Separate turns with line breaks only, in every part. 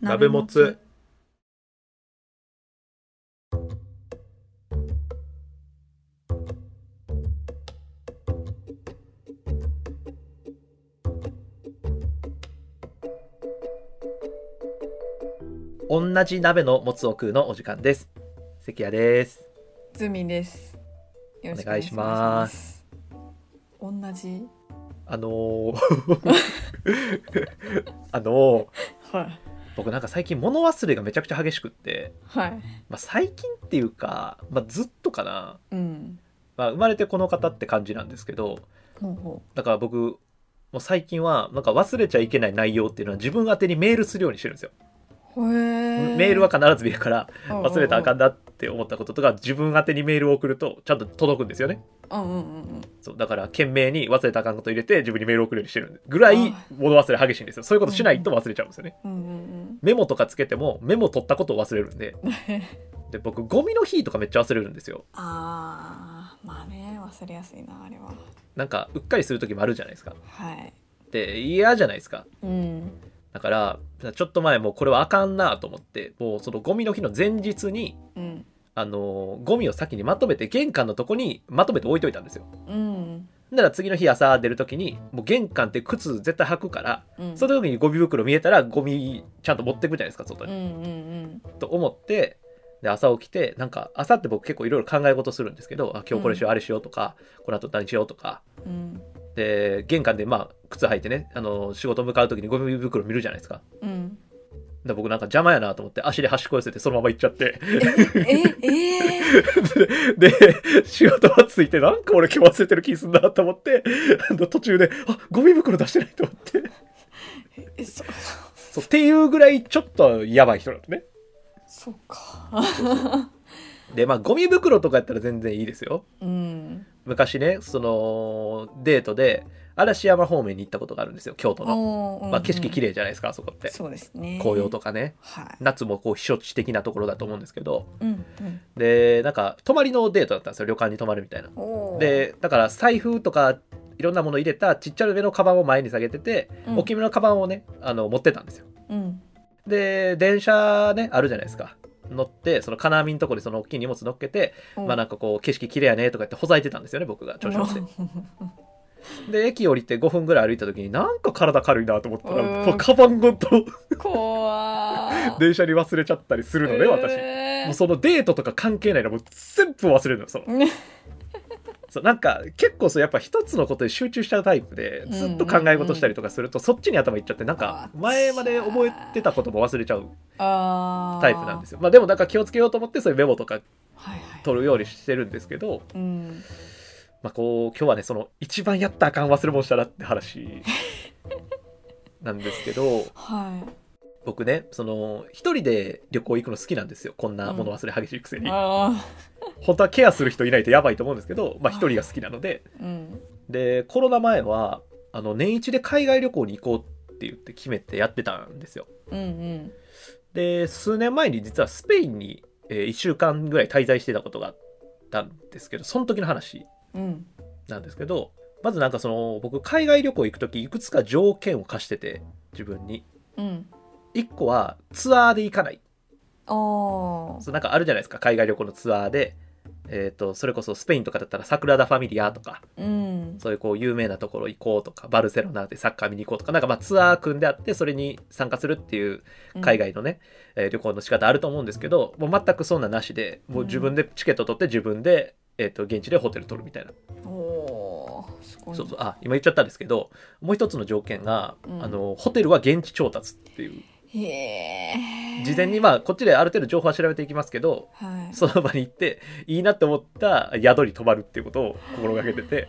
鍋もつ同じ鍋のもつを食うのお時間です関谷です
ズミです。よ
お願いしま
お願いします。同じ。
あのー あのー
はい。
僕なんか最近物忘れがめちゃくちゃ激しくって、
はい。
まあ、最近っていうか、まあ、ずっとかな、
うん。
まあ、生まれてこの方って感じなんですけど
ほうほ
だから僕もう最近はなんか忘れちゃいけない内容っていうのは自分宛てにメールするようにしてるんですよ、
う。へえ。
メールは必ず見るから忘れたらあかん
だ。
なって思ったこととか自分宛てにメールを送るとちゃんと届くんですよね
うんうんうんうん。
そうだから懸命に忘れたらあかんこと入れて自分にメールを送るようにしてるぐらい
あ
物忘れ激しいんですよそういうことしないと忘れちゃうんですよね、
うんうん
メモとかつけてもメモ取ったことを忘れるんで
うん。
で僕ゴミの日とかめっちゃ忘れるんですよ
ああ、まあね、忘れやすいなあれは。
なんかうっかりする時もあるじゃないですか
はい。
で嫌じゃないですか
うん。
だからちょっと前もうこれはあかんなと思ってもうそのゴミの日の前日に
うん。
あのーゴミを先にまとめて玄関のとこにまとめて置いといたんですよ
うん。
だから次の日朝出る時にもう玄関って靴絶対履くから
うん。
その時にゴミ袋見えたらゴミちゃんと持ってくじゃないですか外
うん
に、
うんうん。
と思ってで朝起きてなんか朝って僕結構いろいろ考え事するんですけどあ今日これしよう、あれしようとかこの後何しようとか
うん。
で玄関でまあ靴履いてねあの仕事向かう時にゴミ袋見るじゃないですか
うん。
で僕なんか邪魔やなと思って足で端っこ寄せてそのまま行っちゃって
え、ええー。
で仕事はついてなんか俺今日忘れてる気すんなと思ってあの途中であゴミ袋出してないと思って
え、そ、
そうっていうぐらいちょっとやばい人なんですね
そっか。
でまあゴミ袋とかやったら全然いいですよ
うん。
昔ねそのデートで嵐山方面に行ったことがあるんですよ京都の、
お
まあ、景色綺
麗。
麗じゃないですかあそこって
そうですね。
紅葉とかね
はい。
夏もこう避暑地的なところだと思うんですけど
うんうん
でなんか泊まりのデートだったんですよ旅館に泊まるみたいな
おー、
でだから財布とかいろんなもの入れたちっちゃめのカバンを前に下げてて、
うん
大きめのカバンをねあの持ってたんですよ
うん
で電車ねあるじゃないですか乗ってその金網のとこにその大きい荷物乗っけて、まあなんかこう景色綺麗やねとか言ってほざいてたんですよね僕が調子乗ってで駅降りて5分ぐらい歩いた時になんか体軽いなと思ったら
うん
もうカバンごと
怖ー
電車に忘れちゃったりするのね私、
えー
もうそのデートとか関係ないのもう全部忘れるのよその
ね
そうなんか結構そうやっぱ一つのことに集中しちゃうタイプでずっと考え事したりとかすると、そっちに頭いっちゃってなんか
あー
前まで覚えてたことも忘れちゃう
あー
タイプなんですよまあでもなんか気をつけようと思ってそういうメモとか
はいはい
取るようにしてるんですけど、
うん
まあ、こう今日はねその一番やったらあかん忘れ物したなって 話なんですけど
は
僕ねその一人で旅行行くの好きなんですよこんな物忘れ激しいくせ
い
に、
あ
本当はケアする人いないとやばいと思うんですけどまあ一人が好きなので
ーうん
でコロナ前はあの年一で海外旅行に行こうって言って決めてやってたんですよ
うん
で数年前に実はスペインに、え1週間ぐらい滞在してたことがあったんですけどその時の話
うんうん
なんですけどまずなんかその僕海外旅行行く時いくつか条件を課してて自分に
うん
1個はツアーで行かない
おー
そうなんかあるじゃないですか海外旅行のツアーで、えー、とそれこそスペインとかだったらサグラダ・ファミリアとか
うん
そういうこう有名なところ行こうとかバルセロナでサッカー見に行こうとかなんかまあツアー組んであってそれに参加するっていう海外のね、えー旅行の仕方あると思うんですけどもう全くそんななしでもう自分でチケット取って自分で、えー、と現地でホテル取るみたいな、
おーすごい
そうそうあ今言っちゃったんですけどもう一つの条件が、
うん
あのホテルは現地調達っていう
へえ
事前にまあこっちである程度情報は調べていきますけど
はい
その場に行っていいなって思った宿に泊まるっていうことを心がけてて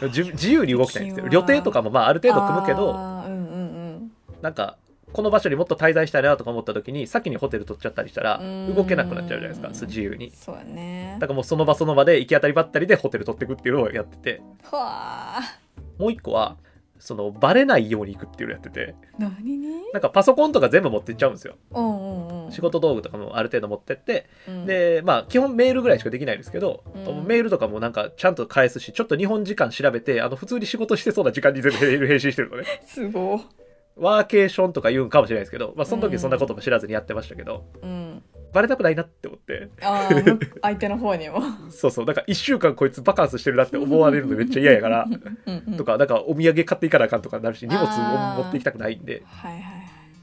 いや
じゅ自由に動きたいんですよ
旅
旅
行は
程とかもまあある程度組むけど
あーうんうん
なんかこの場所にもっと滞在したいなとか思った時に先にホテル取っちゃったりしたら
うーん
動けなくなっちゃうじゃないですかそう自由
うん
に
そうやね
だからもうその場その場で行き当たりばったりでホテル取ってくっていうのをやってて
はあ
もう一個はそのバレないように行くっていうのをやってて
何に
なんかパソコンとか全部持ってっちゃうんですよ
うんうんうん
仕事道具とかもある程度持ってって
うん
でまあ基本メールぐらいしかできないですけど、
うん
メールとかもなんかちゃんと返すしちょっと日本時間調べてあの普通に仕事してそうな時間に全部メール返信してるのね
すごい
ワーケーションとか言うんかもしれないですけど、まあ、その時そんなことも知らずにやってましたけど、
うん、
バレたくないなって思って
あーむ相手の方にも
そうそうだから1週間こいつバカンスしてるなって思われるのめっちゃ嫌やから
うん、うん、
とかなんかお土産買っていかなあかんとかなるし荷物
あ
を
ー
持っていきたくないんで
はいはいはい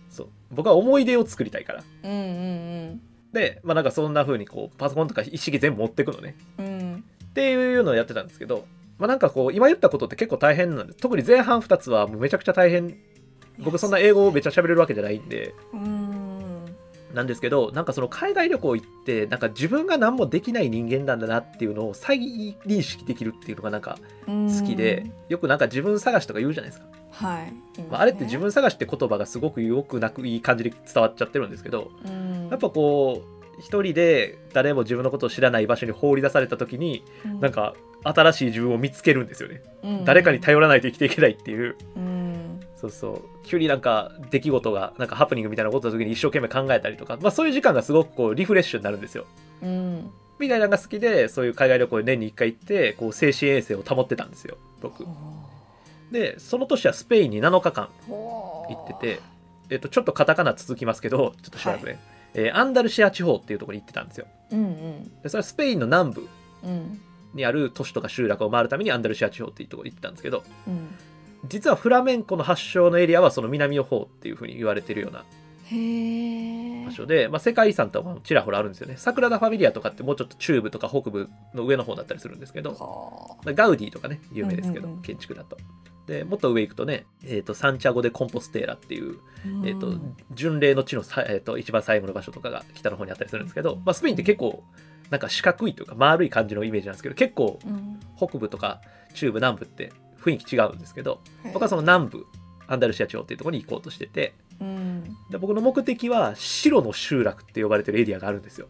そう僕は思い出を作りたいから
うんうん
でまあなんかそんな風にこうパソコンとか一式全部持ってくのね
うんうん
っていうのをやってたんですけど、まあ、なんかこう今言ったことって結構大変なんで特に前半2つはもうめちゃくちゃ大変僕そんな英語をめっちゃ喋れるわけじゃないんで
うん
なんですけどなんかその海外旅行行ってなんか自分が何もできない人間なんだなっていうのを再認識できるっていうのがなんか好きでよくなんか自分探しとか言うじゃないですか、
はい、いますね
まあ、あれって自分探しって言葉がすごくよくなくいい感じで伝わっちゃってるんですけど
うん
やっぱこう一人で誰も自分のことを知らない場所に放り出された時になんか新しい自分を見つけるんですよね誰かに頼らないと生きていけないっていう
うんうん
そうそう急になんか出来事がなんかハプニングみたいなことの時に一生懸命考えたりとか、まあ、そういう時間がすごくこうリフレッシュになるんですよ
うん
みたいなのが好きでそういう海外旅行に年に1回行ってこう精神衛生を保ってたんですよ僕でその年はスペインに7日間、
行
行っててえっと、ちょっとカタカナ続きますけどちょっと調べてね、えーアンダルシア地方っていうところに行ってたんですよ
うんうん
でそれはスペインの南部
うん
にある都市とか集落を回るためにアンダルシア地方っていうところに行ってたんですけど
うん
実はフラメンコの発祥のエリアはその南の方っていうふうに言われてるような
へえ
場所で、まあ、世界遺産とかもちらほらあるんですよねサグラダ・ファミリアとかってもうちょっと中部とか北部の上の方だったりするんですけど
は
ガウディとかね有名ですけど、
うんうんうん
建築だと。でもっと上行くとね、えー、とサンチャゴ・でコンポステーラっていう、
あ
えー、
う
と
ん
巡礼の地のさ、えー、と一番最後の場所とかが北の方にあったりするんですけど、まあ、スペインって結構なんか四角いというか丸い感じのイメージなんですけど結構
うん
北部とか中部南部って雰囲気違うんですけど
へー
僕はその南部アンダルシア地方っていうところに行こうとしてて
うん
で僕の目的は白の集落って呼ばれてるエリアがあるんですよ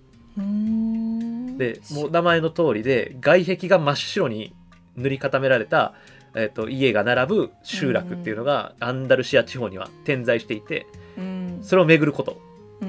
うん
でもう名前の通りで外壁が真っ白に塗り固められた、えっと家が並ぶ集落っていうのがアンダルシア地方には点在していて
うん
それを巡ること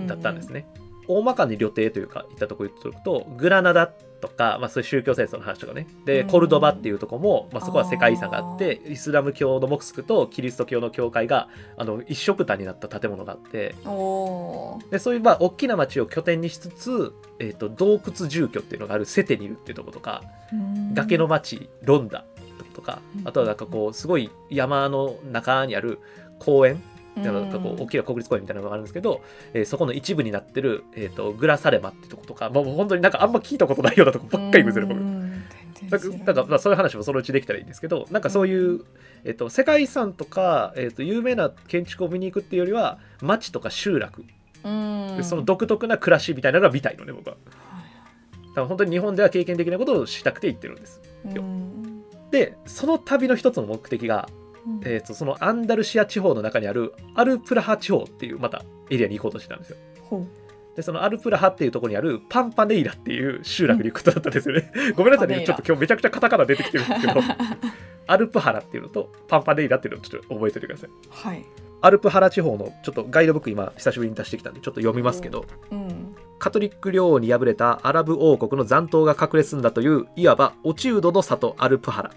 だったんですね、大まかに旅程というか行ったとこ言っておくとグラナダとか、まあ、そういう宗教戦争の話とかねで
うん
コルドバっていうとこも、まあ、そこは世界遺産があってイスラム教のモスクとキリスト教の教会があの一色たになった建物があって
うんおー
でそういうまあ大きな町を拠点にしつつ、えー、と洞窟住居っていうのがあるセテニルっていうとことか
うん
崖の町ロンダってとことか
うん
あとはなんかこうすごい山の中にある公園なんかこう大きな国立公園みたいなのがあるんですけど、えーそこの一部になってる、えー、とグラサレマってとことかもうもう本当になんかあんま聞いたことないようなとこばっかり行くんですよね僕。
うん
なん
全
かな
然知ら
んかまあそういう話もそのうちできたらいいんですけどなんかそういう、えっと世界遺産とか、えっと有名な建築を見に行くっていうよりは町とか集落
うん
でその独特な暮らしみたいなのが見たいのね僕はだから本当に日本では経験できないことをしたくて行ってるんですよ
うん
でその旅の一つの目的が、
うん
えっとそのアンダルシア地方の中にあるアルプラハ地方っていうまたエリアに行こうとしてたんですよ
ほう
でそのアルプラハっていうところにあるパンパネイラっていう集落に行くことだったんですよね。 ごめんなさい
パ
ね、
ネイラ
ちょっと今日めちゃくちゃカタカナ出てきてるんです けど、アルプハラっていうのとパンパネイラっていうのをちょっと覚えておいてください。
はい
アルプハラ地方のちょっとガイドブック今久しぶりに出してきたんでちょっと読みますけど、
うん
カトリック領王に敗れたアラブ王国の残党が隠れ住んだといういわばオチウドの里アルプハラ。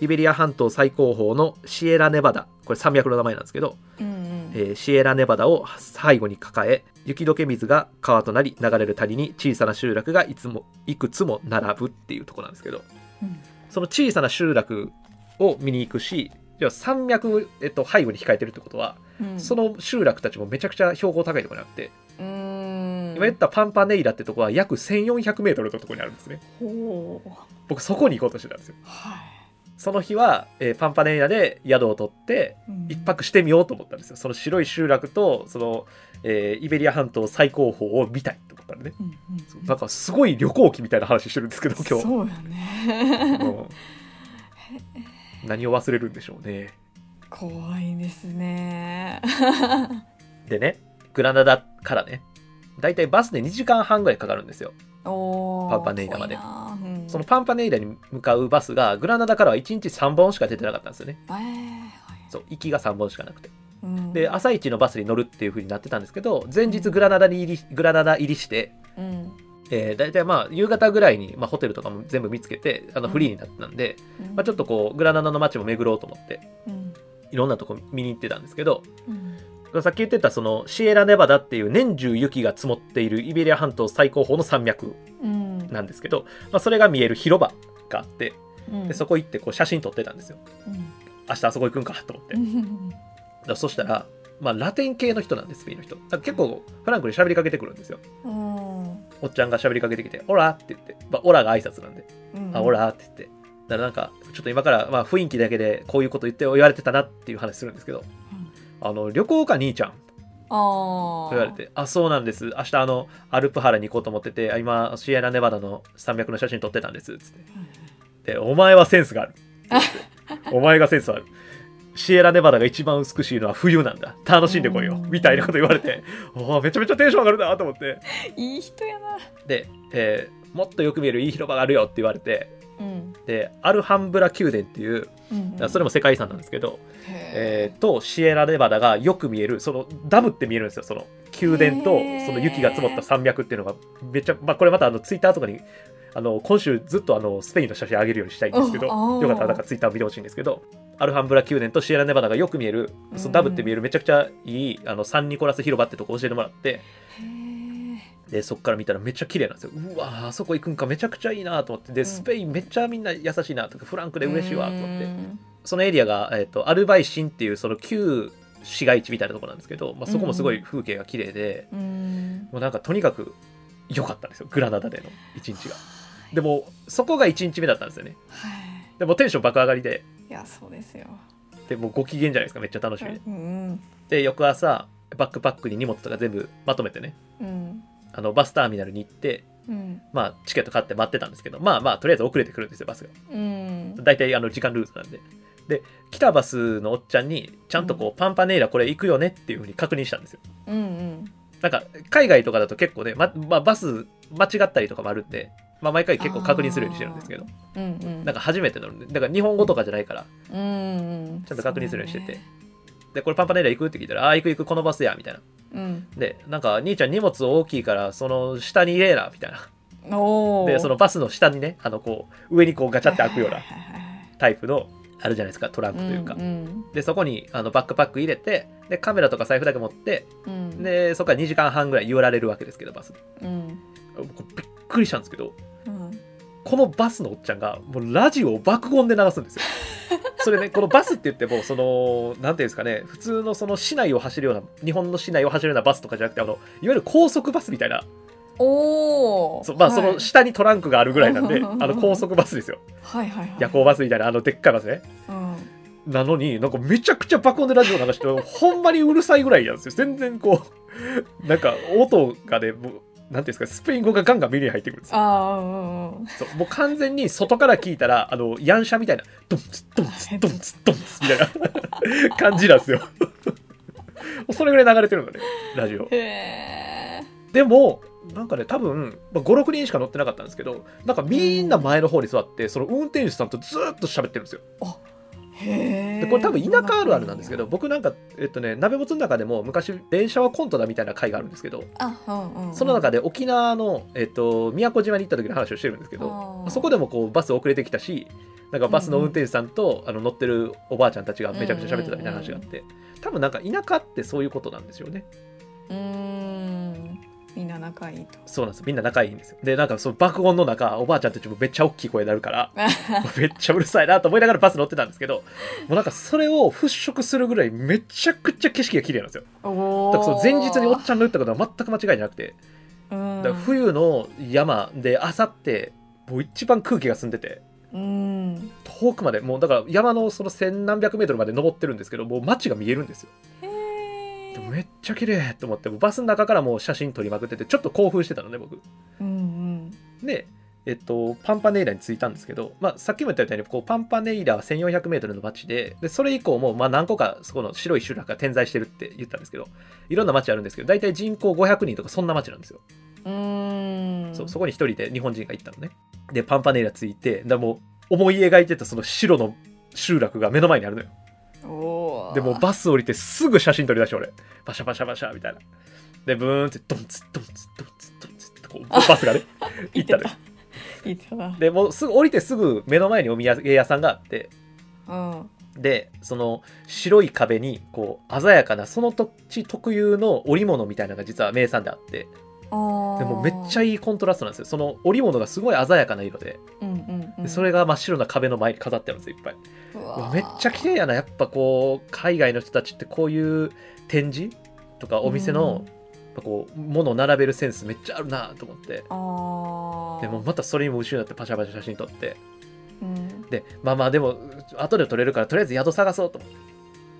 イベリア半島最高峰のシエラネバダ、これ山脈の名前なんですけど、
うん
えーシエラネバダを背後に抱え雪解け水が川となり流れる谷に小さな集落がいつもいくつも並ぶっていうところなんですけど
うん
その小さな集落を見に行くし要は山脈、えっと、背後に控えてるってことは、
うん
その集落たちもめちゃくちゃ標高高いところにあって、
うん
今言ったパンパネイラってとこは約1 4 0 0ルのところにあるんですね
ほう
僕そこに行こうとしてたんですよ
は
その日は、えーパンパネイラで宿を取って
いうん
一泊してみようと思ったんですよその白い集落とその、えーイベリア半島最高峰を見たいと思ったんでね
うんうんうん
なんかすごい旅行記みたいな話してるんですけど今日、
そうや ね
うん何を忘れるんでしょうね
怖いですね
でねグラナダからねだいたいバスで2時間半ぐらいかかるんですよ
おー
パンパネイラまで
遠いなうん
そのパンパネイラに向かうバスがグラナダからは1日3本しか出てなかったんですよね
えーはい
そう行きが3本しかなくて
うん
で朝一のバスに乗るっていう風になってたんですけど前日グラナダに入りグラナダ入りして
うん
えー、大体まあ夕方ぐらいに、まあ、ホテルとかも全部見つけてあの
うん
フリーになったんで、まあ、ちょっとこうグラナダの街も巡ろうと思って
うん
いろんなとこ見に行ってたんですけど
うん
さっき言ってたそのシエラネバダっていう年中雪が積もっているイベリア半島最高峰の山脈
うん
なんですけど、まあ、それが見える広場があって
うん
でそこ行ってこう写真撮ってたんですよ
うん
明日あそこ行くんかと思って
う
だか
ん
らそしたら、まあ、ラテン系の人なんですスペインの人だから結構フランクに喋りかけてくるんですよ
うん
おっちゃんが喋りかけてきて「オラ」って言って、まあ、オラが挨拶なんで
うん
あ、オラーって言って。だからなんか、ちょっと今から、まあ、雰囲気だけでこういうこと言って言われてたなっていう話するんですけど、
うん
あの、旅行か兄ちゃんって
ああ
言われて、あそうなんです。明日、あの、アルプハラに行こうと思ってて、あ今、シエラネバダの山脈の写真撮ってたんです。つって。で、お前はセンスがあ る。お前がセンスはある。シエラネバダが一番美しいのは冬なんだ。楽しんでこいよ
う。ん
みたいなこと言われて、おーめちゃめちゃテンション上がるなと思って。
いい人やな
で、えーもっとよく見えるいい広場があるよって言われて、
うん
で、アルハンブラ宮殿っていう、
うん
だからそれも世界遺産なんですけど、え
へ
ーとシエラネバダがよく見えるそのダムって見えるんですよその宮殿と
へー
その雪が積もった山脈っていうのがめっちゃ、まあ、これまたあのツイッターとかにあの今週ずっとあのスペインの写真上げるようにしたいんですけど
ああ
よかったらなんかツイッターを見てほしいんですけどアルハンブラ宮殿とシエラネバダがよく見えるそのダムって見えるめちゃくちゃいいあのサンニコラス広場ってとこ教えてもらって
えへ
でそこから見たらめっちゃ綺麗なんですようわーあそこ行くんかめちゃくちゃいいなと思って
う
で
ん
スペインめっちゃみんな優しいなとかフランク
こ
で嬉しいわと思って。
うん
そのエリアが、えー、とアルバイシンっていうその旧市街地みたいなところなんですけど、まあ、そこもすごい風景が綺麗で、
うん
もうなんかとにかく良かったんですよグラナダでの一日が。でもそこが1日目だったんですよね。
は
でもうテンション爆上がりで
いいやそうですよ
でもうご機嫌じゃないですかめっちゃ楽しみで。
うん
で翌朝バックパックに荷物とか全部まとめてね
うん
あのバスターミナルに行って、
うん
まあ、チケット買って待ってたんですけどまあまあとりあえず遅れてくるんですよバスが。
うん
大体あの時間ルーズなんで。で来たバスのおっちゃんにちゃんとこうパンパネーラこれ行くよねっていうふうに確認したんですよ。
うんうん
なんか海外とかだと結構ね、ままあ、バス間違ったりとかもあるんで、まあ、毎回結構確認するようにしてるんですけど
うんうん
なんか初めて乗るんでだから日本語とかじゃないから
うんうん
ちゃんと確認するようにしててでこれパンパネラ行くって聞いたら「ああー行く行くこのバスや」みたいな
うん
でなんか兄ちゃん荷物大きいからその下に入れなみたいな
おお
でそのバスの下にねあのこう上にこうガチャって開くような
な
タイプのあるじゃないですかトランクというか、
うん
でそこにあのバックパック入れてでカメラとか財布だけ持って
うん
でそこから2時間半ぐらい揺られるわけですけどバスで
うん
僕びっくりしたんですけど
うん
このバスのおっちゃんがもうラジオを爆音で流すんですよ。 それねこのバスって言ってもそのなんていうんですかね普通のその市内を走るような日本の市内を走るようなバスとかじゃなくてあのいわゆる高速バスみたいな
おお
そ,、まあ、その下にトランクがあるぐらい なんで、あの高速バスですよ
はいはいはい
夜行バスみたいなあのでっかいバスね
うん
なのになんかめちゃくちゃ爆音でラジオ流してほんまにうるさいぐらいなんですよ全然こうなんか音がねもうなんていうんですかスペイン語がガンガン耳に入ってくるんですよ
ああうんうん
そうもう完全に外から聞いたらあのヤンシャみたいなドンツドン ツドンツドンツみたいな 感じなんですよそれぐらい流れてるのねラジオ
へえ
でもなんかね多分、まあ、56人しか乗ってなかったんですけどなんかみんな前の方に座ってその運転手さんとずっと喋ってるんですよ
へえ
でこれ多分田舎あるあるなんですけど僕なんかえっとね鍋もつの中でも昔電車はコントだみたいな回があるんですけど
あうんうんうん
その中で沖縄の、えっと、宮古島に行った時の話をしてるんですけど
あー
そこでもこうバス遅れてきたしなんかバスの運転手さんと、あの乗ってるおばあちゃんたちがめちゃくちゃ喋ってたみたいな話があって、多分なんか田舎ってそういうことなんですよね
うーんみんな仲いい と
そうなんですみんな仲いいんですよでなんかその爆音の中おばあちゃんたちもめっちゃ大きい声になるから めっちゃうるさいなと思いながらバス乗ってたんですけどもうなんかそれを払拭するぐらいめちゃくちゃ景色が綺麗なんですよ
お
だか
お
らその前日におっちゃんが言ったことは全く間違いじゃなくて
うん
だから冬の山であさってもう一番空気が澄んでて
うん
遠くまでもうだから山のその千何百メートルまで登ってるんですけどもう街が見えるんですよで
へえ
もめっちゃ綺麗と思ってもうバスの中からもう写真撮りまくっててちょっと興奮してたのね僕
うん
でえっと、パンパネイラに着いたんですけど、まあ、さっきも言ったみたいにこうパンパネイラは 1400m の町ででそれ以降もまあ何個かそこの白い集落が点在してるって言ったんですけどいろんな町あるんですけど大体人口500人とかそんな町なんですよ
うんうん
そうそこに一人で日本人が行ったのね。で、パンパネイラついて、だもう思い描いてたその白の集落が目の前にあるのよ。
おー
で、もうバス降りてすぐ写真撮り出して俺、バシャバシャバシャみたいな。で、ブーンってドンツドンツドンツドンツって こうバスがね、行ったのよ。
いただ
で、もうすぐ降りてすぐ目の前にお土産屋さんがあって、
うん
でその白い壁にこう鮮やかなその土地特有の織物みたいなのが実は名産であってで
で
もめっちゃ
いい、
いいコントラストなんですよその織物がすごい鮮やかな色で
うんうんう
で
ん、
それが真っ白な壁の前に飾ってあるんですよいっぱいううわ
わー
めっちゃ綺麗やなやっぱこう海外の人たちってこういう展示とかお店の、やっぱこう物を並べるセンスめっちゃあるなと思って
うんあー
でもうまたそれにも後ろになってパシャパシャ写真撮って
うんうん
でまあまあでも後で撮れるからとりあえず宿探そうと思って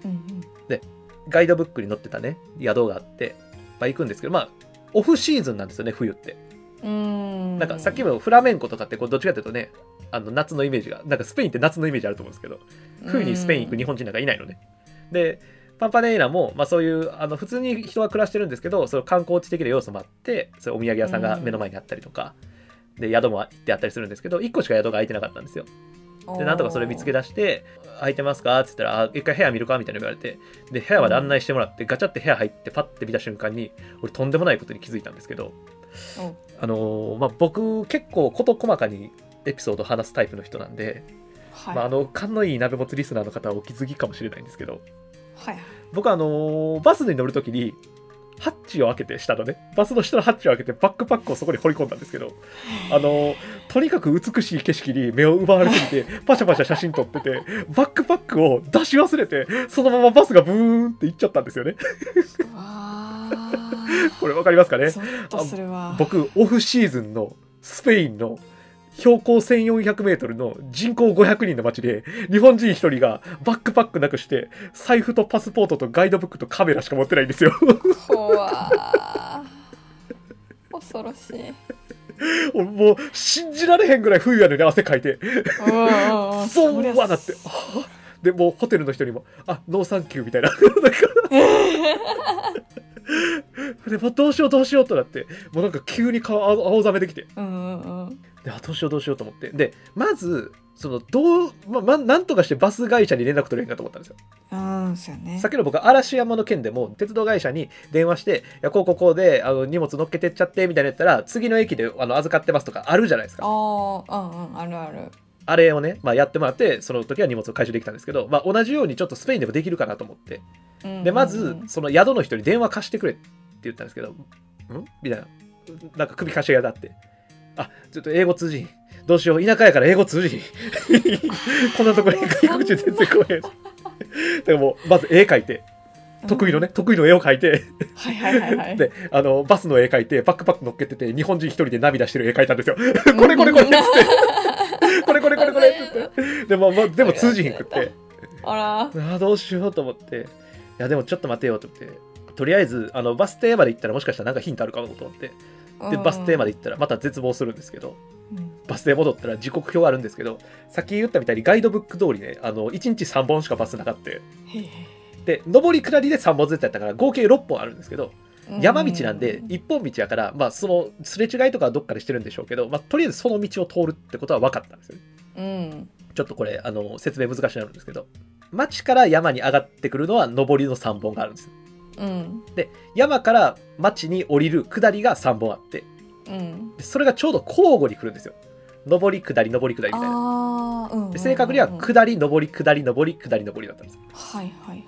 うん
ガイドブックに載ってたね宿があって、まあ、行くんですけどまあオフシーズンなんですよね冬って
うん
なんかさっきもフラメンコとかってこうどっちかというとねあの夏のイメージがなんかスペインって夏のイメージあると思うんですけど冬にスペイン行く日本人なんかいないのね。でパンパネイラも、まあ、そういうあの普通に人は暮らしてるんですけどその観光地的な要素もあってそれお土産屋さんが目の前にあったりとか、で宿も行ってあったりするんですけど1個しか宿が空いてなかったんですよ。
本
でなんとかそれ見つけ出して「空いてますか?」って言ったらあ「一回部屋見るか?」みたいな言われてで部屋まで案内してもらってガチャって部屋入ってパッて見た瞬間に俺とんでもないことに気づいたんですけど
お
あのーまあ、僕結構事細かにエピソード話すタイプの人なんで。
はい、
まあ、あの勘のいい鍋もつリスナーの方はお気づきかもしれないんですけど
はいはい
僕はあのーバスに乗るときにハッチを開けて下のねバスの下のハッチを開けてバックパックをそこに放り込んだんですけどあのーとにかく美しい景色に目を奪われすぎてパシャパシャ写真撮っててバックパックを出し忘れてそのままバスがブーンって行っちゃったんですよね
うわ ー
これわかりますかね
ゾッとするわ
僕オフシーズンのスペインの標高 1400m の人口500人の町で日本人1人がバックパックなくして財布とパスポートとガイドブックとカメラしか持ってないんですよ
怖ー恐ろしい
俺もう信じられへんぐらい冬やのに汗かいて
うんん
そう
りゃ
わなってあでもうホテルの人にも「あノーサンキュー」みたいな なんかでもうどうしようどうしようとなってもうなんか急に顔青青ざめてきて
うんうんうん
であどうしようどうしようと思ってでまずそのどう、まま、なんとかしてバス会社に連絡取れへんかと思ったんですよ
ああそうよね
さっきの僕は嵐山の件でも鉄道会社に電話して「いやこうこうこうであの荷物乗っけてっちゃって」みたいなやったら次の駅であの預かってますとかあるじゃないですか
ああうんうんあるある
あれをね、まあ、やってもらってその時は荷物を回収できたんですけど、まあ、同じようにちょっとスペインでもできるかなと思って
うんうんうん
でまずその宿の人に電話貸してくれって言ったんですけど「ん?」みたいななんか首貸しがだって「あちょっと英語通じひんどうしよう田舎やから英語通じひん こんなところに外国人全然来へん」だからもうまず絵描いて得意のね、得意の絵を描いて
うんはいはいはいはい
であのバスの絵描いてバックパック乗っけてて日本人一人で涙してる絵描いたんですよこれこれこれっつってこれこれこれこれっつってでも,、まあ、でも通じひんくって
あら
あーどうしようと思っていやでもちょっと待てよと思ってとりあえずあのバス停まで行ったらもしかしたらなんかヒントあるかもと思ってでバス停まで
で、
行ったらまた絶望するんですけど
うん
バス停戻ったら時刻表あるんですけどさっき言ったみたいにガイドブック通りねあの1日3本しかバスなかって
へえ
で上り下りで3本ずつやったから合計6本あるんですけど山道なんで
う
一本道やから、まあ、そのすれ違いとかはどっかでしてるんでしょうけど、まあ、とりあえずその道を通るってことは分かったんですよね
うん
ちょっとこれあの説明難しくなるんですけど町から山に上がってくるのは上りの3本があるんです
うん
山から町に降りる下りが3本あって
うん
でそれがちょうど交互に来るんですよ上り下り上り下りみたいな
ああうんうんうんうん
で正確には
はい
下り上り下り上り下り上りだったんです
はいはい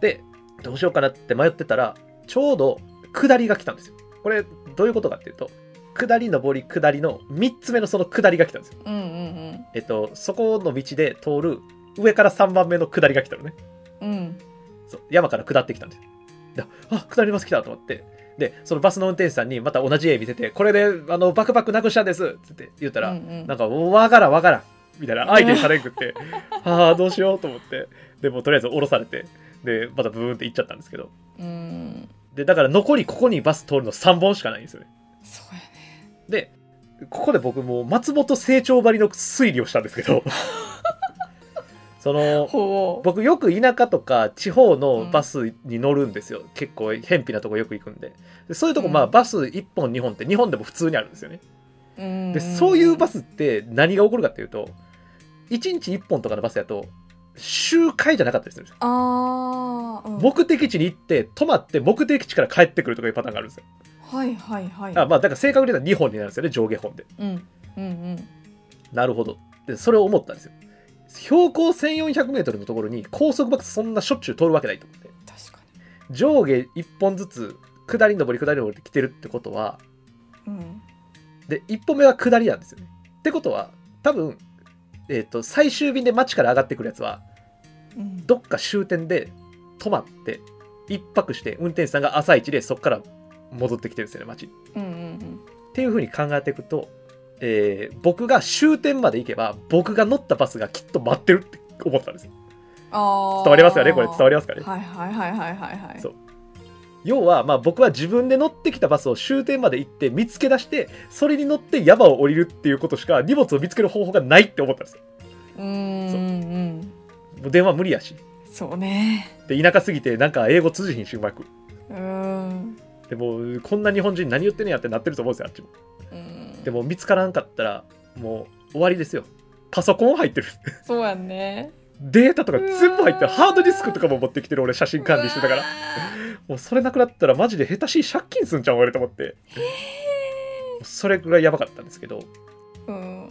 でどうしようかなって迷ってたらちょうど下りが来たんですよこれどういうことかっていうと下り上り下りの3つ目のその下りが来たんですよ
うんうん
えっとそこの道で通る上から3番目の下りが来たのね
うんうん
そう山から下ってきたんですよであ下ります来たと思ってでそのバスの運転手さんにまた同じ絵見せてこれであのバックパックなくしたんですつって言ったら、
うんうん
なんかわからんわからんみたいな相手にされんく ってああどうしようと思ってでもうとりあえず降ろされてでまたブーンって行っちゃったんですけど
うん
でだから残りここにバス通るの3本しかないんですよね
そうやね
でここで僕もう松本清張ばりの推理をしたんですけ どその
ほ
僕よく田舎とか地方のバスに乗るんですよ、結構偏僻なとこよく行くんででそういうとこまあ
うん
バス1本2本って日本でも普通にあるんですよね
ううん
でそういうバス
ス
って何が起こるかっていうと1日1本とかのバスだと周回じゃなかったりするんですよ
ああ、うん、
目的地に行って泊まって目的地から帰ってくるとかいうパターンがあるんですよ
はいはいはい
あまあだから正確に言うと2本になるんですよね上下本で
うんうんうん
なるほどでそれを思ったんですよ標高 1400m のところに高速バスそんなしょっちゅう通るわけないと思って
確か
上下1本ずつ下り上り下り上りって来てるってことは
にうん
で1本目は下りなんですよねってことは多分、えー、と最終便で街から上がってくるやつは
うん
どっか終点で止まって一泊して運転手さんが朝一でそこから戻ってきてるんですよね街に
うんうん
っていうふうに考えていくと、えー僕が終点まで行けば僕が乗ったバスがきっと待ってるって思ったんですよ
ああ
伝わりますかねこれ伝わりますかね
はいはいはいはいはいはい
そう要はまあ僕は自分で乗ってきたバスを終点まで行って見つけ出してそれに乗って山を降りるっていうことしか荷物を見つける方法がないって思ったんですよ
うーんうんうん
もう電話無理やし
そうね
で田舎すぎてなんか英語通じひんしうまく
うーん
でもうこんな日本人何言ってんねやってなってると思うんですよあっちも
うん
でも見つからんかったらもう終わりですよパソコン入ってる
そうやんね
データとか全部入ってる
うわー
ハードディスクとかも持ってきてる俺写真管理してたから
うわ
もうそれなくなったらマジで下手しい借金すんちゃうん俺と思ってそれぐらいやばかったんですけど
ーうん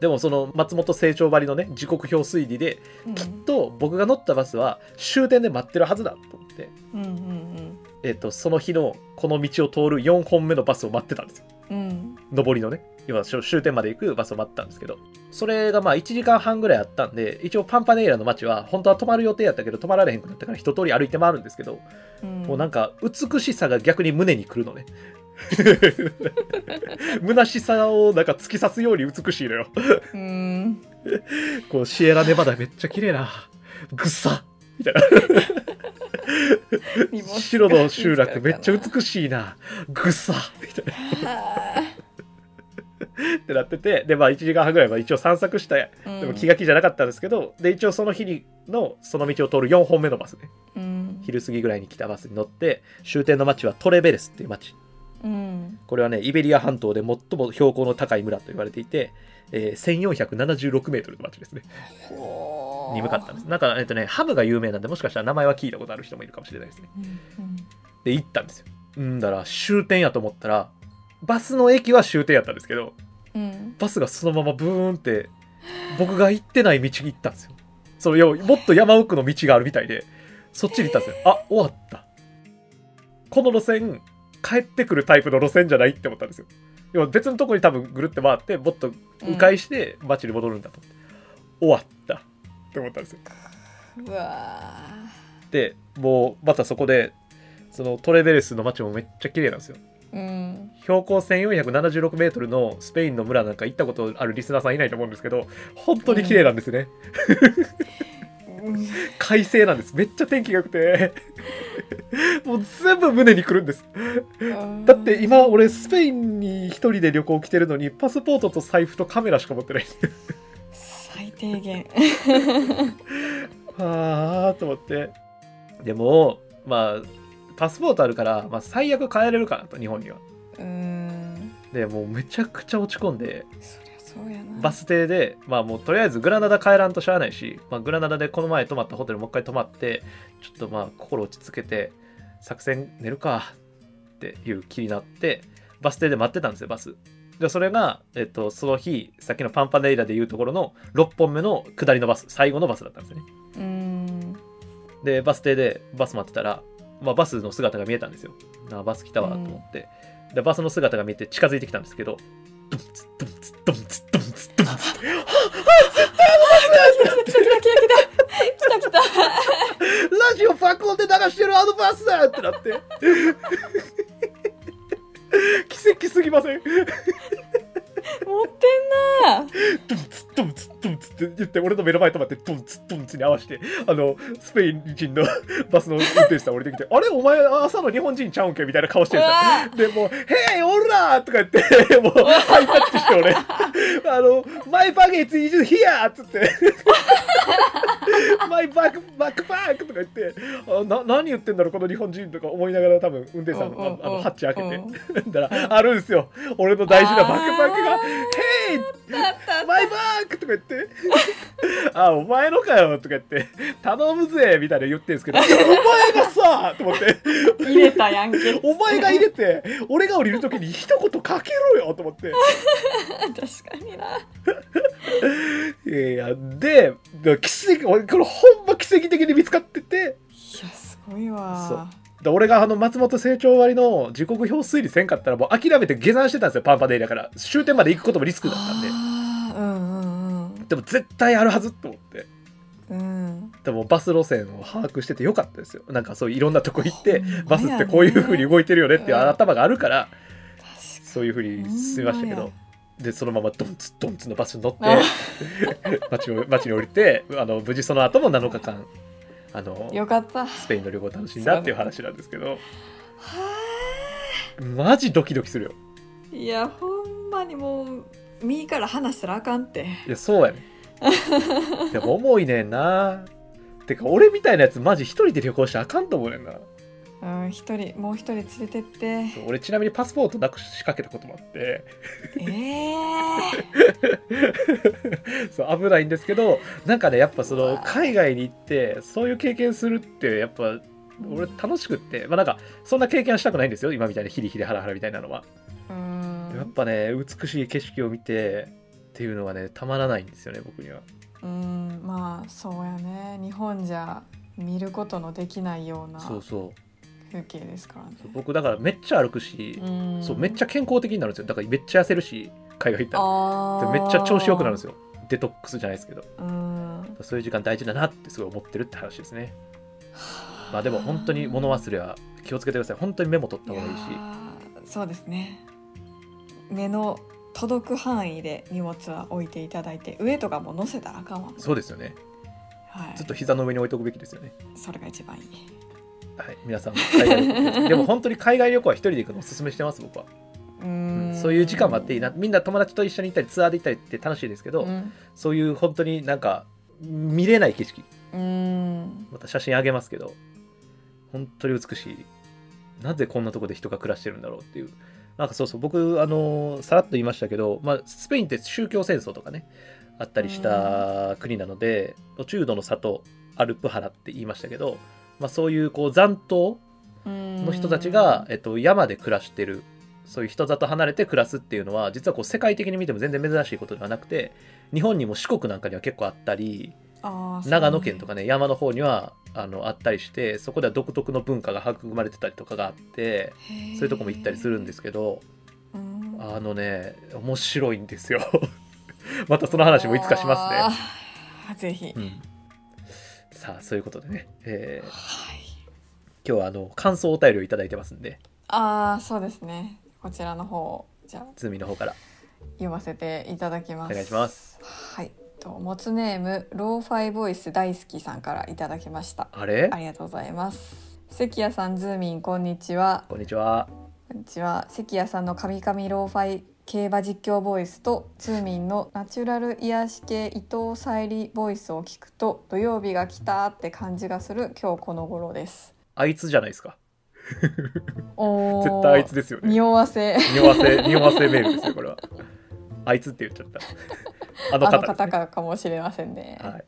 でもその松本成長ばりのね時刻表推理で
うん
きっと僕が乗ったバスは終点で待ってるはずだと思って、
うんうん
えっとその日のこの道を通る4本目のバスを待ってたんですよ
うんうん
上りのね要は終終点まで行くバスを待ったんですけどそれがまあ1時間半ぐらいあったんで一応パンパネイラの街は本当は泊まる予定やったけど泊まられへんくなったから一通り歩いて回るんですけど、
うん
もうなんか美しさが逆に胸にくるのね 虚しさをなんか突き刺すように美しいのよ
うん
こうシエラネバダめっちゃ綺麗なぐっさみたいな
見ます
白の集落めっちゃ
見 つか
美しいなぐっさみたいな
るかなは
ってなっててでまあ1時間半ぐらいは一応散策したで
ー
も気が気じゃなかったんですけどで一応その日にのその道を通る4本目のバスね
うん
昼過ぎぐらいに来たバスに乗って終点の町はトレベレスっていう町
うん
これはねイベリア半島で最も標高の高い村と言われていて、えー、1476メートルの町ですね
ほー
に向かったんですなんか、えっとね、ハムが有名なんでもしかしたら名前は聞いたことある人もいるかもしれないですね
うんうん
で行ったんですようんだら終点やと思ったらバスの駅は終点やったんですけど
うん
バスがそのままブーンって僕が行ってない道に行ったんですよその要はもっと山奥の道があるみたいでそっちに行ったんですよあ終わったこの路線帰ってくるタイプの路線じゃないって思ったんですよ要は別のとこに多分ぐるって回ってもっと迂回して街に戻るんだと思って、終わったって思ったんですよ
うわ
でもうまたそこでそのトレベレスの街もめっちゃ綺麗なんですよ
ーうん
標高1476メートルのスペインの村なんか行ったことあるリスナーさんいないと思うんですけど本当に綺麗なんですね、
うん
快晴なんですめっちゃ天気が良く てもう全部胸にくるんですだって今俺スペインに一人で旅行来てるのにパスポートと財布とカメラしか持ってない
最低限
ああと思ってでもまあパスポートあるから、まあ、最悪帰れるかなと日本には
うん
でもうめちゃくちゃ落ち込んで
そりゃそうやな
バス停で、まあもうとりあえずグラナダ帰らんとしゃあないし、まあ、グラナダでこの前泊まったホテルもう一回泊まって、ちょっとまあ心落ち着けて、作戦寝るかっていう気になって、バス停で待ってたんですよ、バス。で、それが、えっと、その日、さっきのパンパネイラでいうところの6本目の下りのバス、最後のバスだったんですね。
うん
で、バス停でバス待ってたら、まあバスの姿が見えたんですよ。あ、バス来たわと思って。で、バスの姿が見えて近づいてきたんですけど、ドンツッドンツッドンツッドンツッドンツッ
来た来た来た来た来た
ラジオ爆音で流してるあのバスだ ってなって。奇跡すぎません。
持って
ドンツッドンツッドンツッって言って、俺の目の前止まって、ドンツッドンツッに合わせて、あの、スペイン人のバスの運転手さん降りてきて、あれお前朝の日本人ちゃうんけみたいな顔して
ん
る
なう
さ。
わ
で、もう、ヘイオラーとか言って、 もう、ハイタッチして俺、 あの、マイバゲッツイジュヒアーっつって、 マイバック、バックパークとか言って、あな、何言ってんだろう、この日本人とか思いながら多分、運転手さん
うんうんうん
あの、ハッチ開け
うん
て、だから、あるんですよ、俺の大事なバックパークが、
あ
ヘイ
あったあっあ
マイバッグとか言って、あ、お前のかよとか言って、頼むぜみたいな言ってるんですけど、お前がさと思って、
入れたやんけ
お前が入れて、俺が降りるときに一言かけろよと思 って。
確かにない
やいや、で、奇跡、俺、これほんま奇跡的に見つかってて、
いやすごいわ
で俺があの松本成長割の時刻表推理せんかったらもう諦めて下山してたんですよパンパデイだから終点まで行くこともリスクだったんで
あーうん
でも絶対あるはずと思って
うんうんうん
でもバス路線を把握しててよかったですよなんかそういういろんなとこ行って
ほんまやね
バスってこういう風に動いてるよねっていう頭があるから
確か
そういう風に進みましたけ
ほん
ど
ま
でそのままドンツドンツのバスに乗って
あ
街を街に降りてあの無事その後も7日間あの
によかったは
スペインの旅行を楽しんだっていう話なんですけど
あ
マジドキドキするよ
いやほんまにもう右から話したらあかんって
いやそうやね でも重いねんなてか俺みたいなやつマジ一人で旅行したらあかんと思うねんな
うん一人もう一人連れ てって
俺ちなみにパスポートなくしかけたこともあって
ええ
そう危ないんですけどなんかねやっぱそうの
わ
海外に行ってそういう経験するってやっぱ俺楽しくってまあなんかそんな経験はしたくないんですよ今みたいなヒリヒリハラハラみたいなのは
う
やっ
ん
ぱね美しい景色を見てっていうのはねたまらないんですよね僕には
うんまあそうやね日本じゃ見ることのできないような
そうそう
風景ですからね
そう僕だからめっちゃ歩くし、
ん
そうめっちゃ健康的になるんですよだからめっちゃ痩せるし海外行ったら
あ
でめっちゃ調子良くなるんです
よ
よデトックスじゃないですけど
うん
そういう時間大事だなってすごい思ってるって話ですねまあでも本当に物忘れは気をつけてください本当にメモ取った方がいいし
いやーそうですね目の届く範囲で荷物は置いていただいて上とかも乗せたらあかんわ、
そうですよね
は
ずっ
い、
と膝の上に置いておくべきですよね
それが一番いい
はい皆さんも海外旅行でも本当に海外旅行は一人で行くのおすすめしてます僕は、
う
うん
ん
そういう時間もあっていいなみんな友達と一緒に行ったりツアーで行ったりって楽しいですけど、
うん
そういう本当になんか見れない景色
うん
また写真あげますけど本当に美しいなぜこんなとこで人が暮らしてるんだろうっていうなんかそうそう僕あのさらっと言いましたけど、まあ、スペインって宗教戦争とかねあったりした国なので中度の里アルプハラって言いましたけど、まあ、そういうこう残党の
の
人たちが、えっと、山で暮らしてるそういう人里離れて暮らすっていうのは実はこう世界的に見ても全然珍しいことではなくて日本にも四国なんかには結構あったり長野県とか
か、
ね山の方にはあのあったりしてそこでは独特の文化が育まれてたりとかがあってそういうとこも行ったりするんですすけど
うん
あのね面白いんですよ またその話もいつかしますね、
あーぜひ、
うんさあそういうことでね、えー
はい
今日はあの感想お便りをいただいてますんで
ああそうですねこちらの方をじゃあ
ズミの方から
読ませていただきます
お願いします
はいともつネームローファイボイス大好きさんからいただきました
あれ
ありがとうございます関谷さんズーミンこんにちは
こんにちは
こんにちは関谷さんの神々ローファイ競馬実況ボイスとツーミンのナチュラル癒し系伊藤沙莉ボイスを聞くと土曜日が来たって感じがする今日この頃です
あいつじゃないですか
おー
絶対あいつですよね
匂わせ
匂わせ匂わせメールですよこれは あいつって言っちゃ ったあの
あの
方です
方
ね
かかもしれませんね、
はい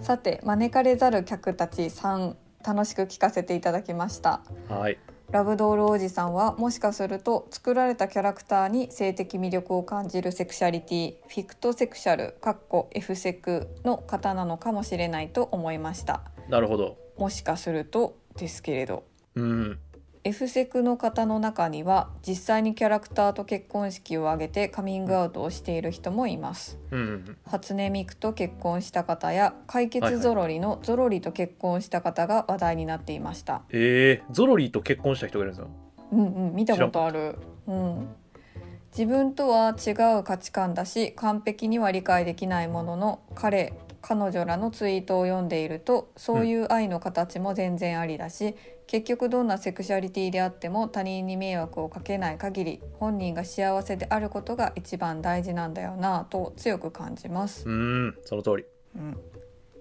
さて招かれざる客たちさん楽しく聞かせていただきました
はい
ラブドールおじさんはもしかすると作られたキャラクターに性的魅力を感じるセクシャリティフィクトセクシャルかっこ F セクの方なのかもしれないと思いました
なるほど
もしかするとですけれど
うん、
F セクの方の中には実際にキャラクターと結婚式を挙げてカミングアウトをしている人もいます
うん、
初音ミクと結婚した方や解決ゾロリのゾロリと結婚した方が話題になっていました、
えー、ゾロリと結婚した人がいるんですよ。
うんうん見たことあるうん自分とは違う価値観だし完璧には理解できないものの彼彼女らのツイートを読んでいるとそういう愛の形も全然ありだし、結局どんなセクシャリティであっても他人に迷惑をかけない限り本人が幸せであることが一番大事なんだよなぁと強く感じます
う。ーん、その通り。
うん、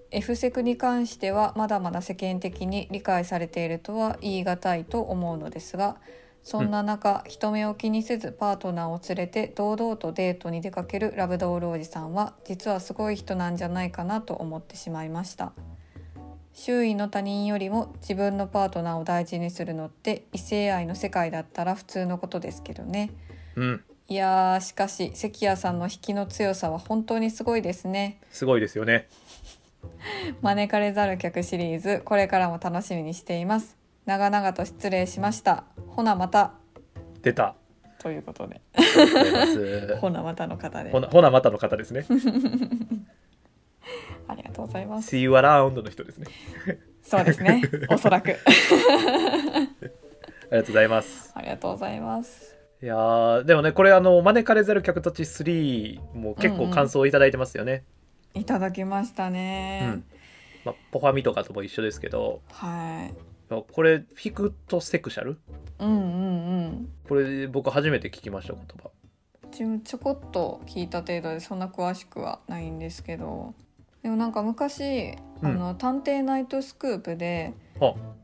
F セクに関してはまだまだ世間的に理解されているとは言い難いと思うのですがそんな中、人目を気にせずパートナーを連れて堂々とデートに出かけるラブドールおじさんは実はすごい人なんじゃないかなと思ってしまいました周囲の他人よりも自分のパートナーを大事にするのって異性愛の世界だったら普通のことですけどね
うん
いやーしかし関谷さんの引きの強さは本当にすごいですね
すごいですよね
招かれざる客シリーズこれからも楽しみにしています長々と失礼しましたほなまた
出た
ということで
ありがとうございます
ほなまたの方で
ほなほなまたの方ですね
ありがとうございます。
See you around の人ですね
そうで すね。おそらく。
ありがとうございます
ありがとうございます。
いやーでもねこれあの招かれざる客たち3も結構感想をいただいてますよね、
いただきましたね。
うんまあ、ポファミとかとも一緒ですけど
はい。
これフィクトセクシャル
うんうんうん。
これ僕初めて聞きました言葉
自分ちょこっと聞いた程度でそんな詳しくはないんですけど。でもなんか昔、
うん
あの探偵ナイトスクープで、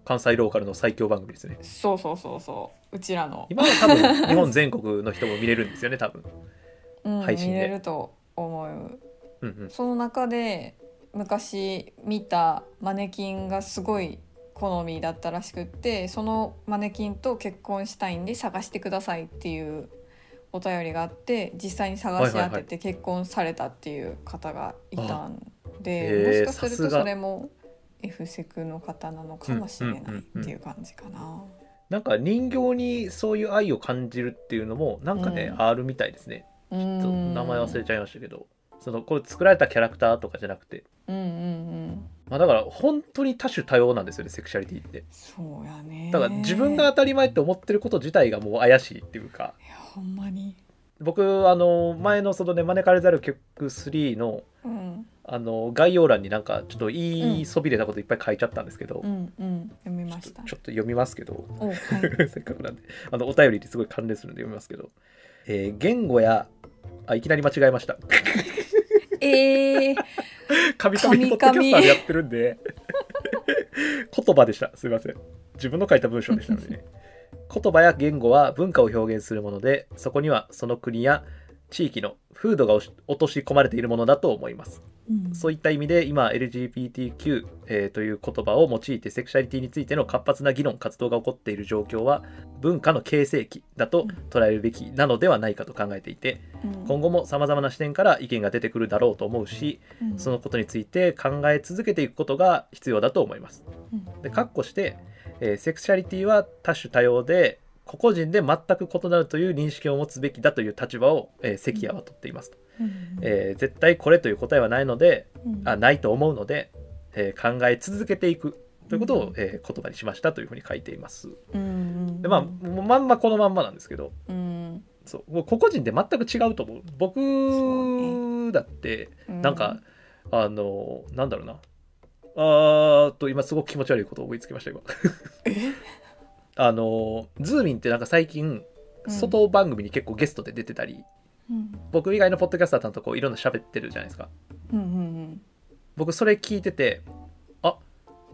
関西ローカルの最強番組ですね
そうそうそうそう、うちらの、
今は多 分日本全国の人も見れるんですよね多分
うん、
配信
見
で
れると思う。
うんうん
その中で昔見たマネキンがすごい好みだったらしくってそのマネキンと結婚したいんで探してくださいっていうお便りがあって実際に探し
はい
当
はいは
て
い
て結婚されたっていう方がいたん
あへ
で
え
もしかす
さす
ると
が
それも F セクの方なのかもしれないっていう感じかな。
なんか人形にそういう愛を感じるっていうのもなんかね、
う
R みたいですね
う
ちょ
ん
っと名前忘れちゃいましたけどそのこれ作られたキャラクターとかじゃなくて、
うんうんうん
まあ、だから本当に多種多様なんですよねセクシャリティって
そうやね
だから自分が当たり前って思ってること自体がもう怪しいっていうか
いやほんまに、
僕あの前のそのね招かれざる曲3の
うん、
あの概要欄になんかちょっと言
うん
いそびれたこといっぱい書いちゃったんですけど、
うんうん読みま
ちょっ
し
と
た
ちょっと読みますけど
おはい
せっかくなんであのお便りってすごい関連するんで読みますけど、えー言語やあいきなり間違えました
えー、
カミカミポッドキャスターでやってるん で言葉でしたすいません自分の書いた文章でしたのでね言葉や言語は文化を表現するものでそこにはその国や地域の風土が落し落とし込まれているものだと思いますそういった意味で今 LGBTQ、えーという言葉を用いてセクシャリティについての活発な議論活動が起こっている状況は文化の形成期だと捉えるべきなのではないかと考えていて
うん
今後もさまざまな視点から意見が出てくるだろうと思うし
うん
そのことについて考え続けていくことが必要だと思います。
うん
で括弧して、えーセクシャリティは多種多様で個々人で全く異なるという認識を持つべきだという立場を、えー関谷は取っていますと、
うん
えー絶対これという答えはないので
うん
あないと思うので、えー考え続けていくということを、
うん
えー言葉にしましたというふうに書いています。
うんうん
でまあもうまんまこのまんまなんですけど
うん
そうもう個々人で全く違うと思う
そう
僕だって
う
なんか、あのなんだろうなあーっと今すごく気持ち悪いことを思いつきました今 あのズーミンってなんか最近
うん
外番組に結構ゲストで出てたり、
うん
僕以外のポッドキャスターさんとこういろんな喋ってるじゃないですか
うんうん
僕それ聞いててあ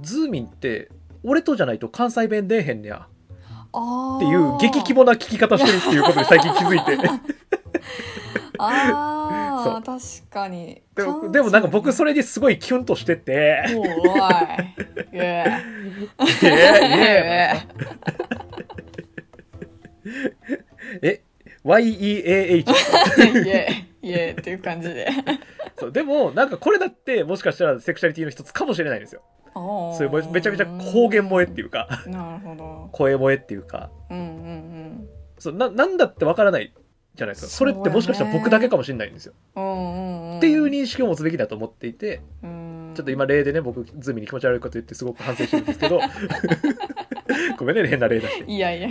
ズーミンって俺とじゃないと関西弁出えへんねや
うん
っていう激希望な聞き方してるっていうことに最近気づいて
あーあー確かに
でもでもなんか僕そ
れ
れにすごいキュンとしてて
おーおいイエー
「ええ
イエ
え YEAH
ーイエーイエーっていう感じで
そうでもなんかこれだってもしかしたらセクシャリティの一つかもしれないんですよ
お ー
そういうめちゃめちゃ方言萌えっていうか
なるほど
声萌えっていうか
うんうん
そうななんだってわからないじゃないですかそれってもしかしたら僕だけかもしれないんですよ、
うんうんうんうん
っていう認識を持つべきだと思っていて
うん
ちょっと今例でね僕ズーミに気持ち悪いこと言ってすごく反省してるんですけ どごめんね変な例だし
いやいや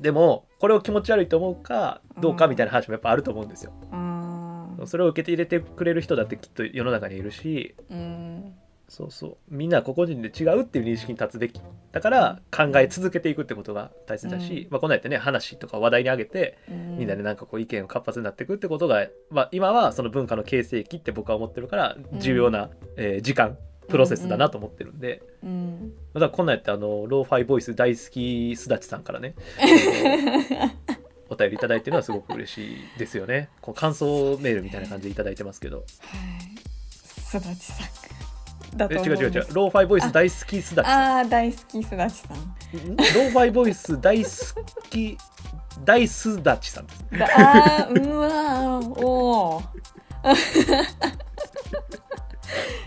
でもこれを気持ち悪いと思うかどうかみたいな話もやっぱあると思うんですよ、
うん
それを受け入れてくれる人だってきっと世の中にいるし
うん
そうそうみんな個々人で違うっていう認識に立つべきだから考え続けていくってことが大切だし、まあ、こんなんやってね話とか話題に上げてみんなでなんかこう意見を活発になっていくってことが、まあ、今はその文化の形成期って僕は思ってるから重要な、えー時間プロセスだなと思ってるんで、
うん、
だからこんなんやってあのローファイボイス大好きすだちさん からねお便りいただいてるのはすごく嬉しいですよねこう感想メールみたいな感じでいただいてますけど
はい。すだちさん。だ
え
と
違
思
う
うん
違う違
で
う
す。
ローファイボイス大好きすだちさん
ああ、大好きすだちさん。
ローファイボイス大好き大すだちさんです
だあーうわー おお。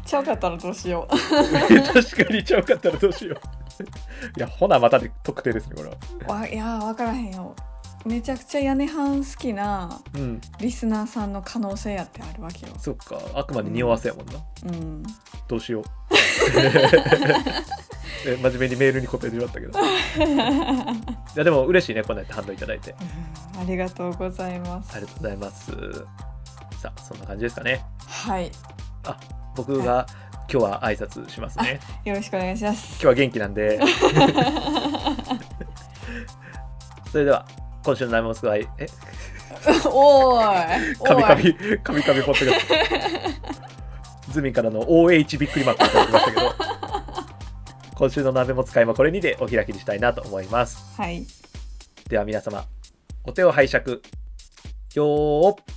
ちゃうかったらどうしよう。
確かにちゃうかったらどうしよういやほなまたで特定ですねこれは
わいやーわからへんよ。めちゃくちゃ屋根半好きな
うん
リスナーさんの可能性やってあるわけよ。
そっかあくまで匂わせやもんな
うん。
どうしようえ真面目にメールに答えてしまったけどいやでも嬉しいねこんなんやって反応いただいて
ありがとうございま
あ
す
り。がとうございますさあそんな感じですかね
はい。
僕が今日は挨拶しますね
よろしくお願いします。
今日は元気なんでそれでは今週の「ナイモンスクワイ」え
おーい。
カビカ
おい。
ビカビカビホットキャストズミンからの OH びっくりマークいただきましたけど今週の鍋も使いもこれにてお開きにしたいなと思います
はい。
では皆様お手を拝借よーっ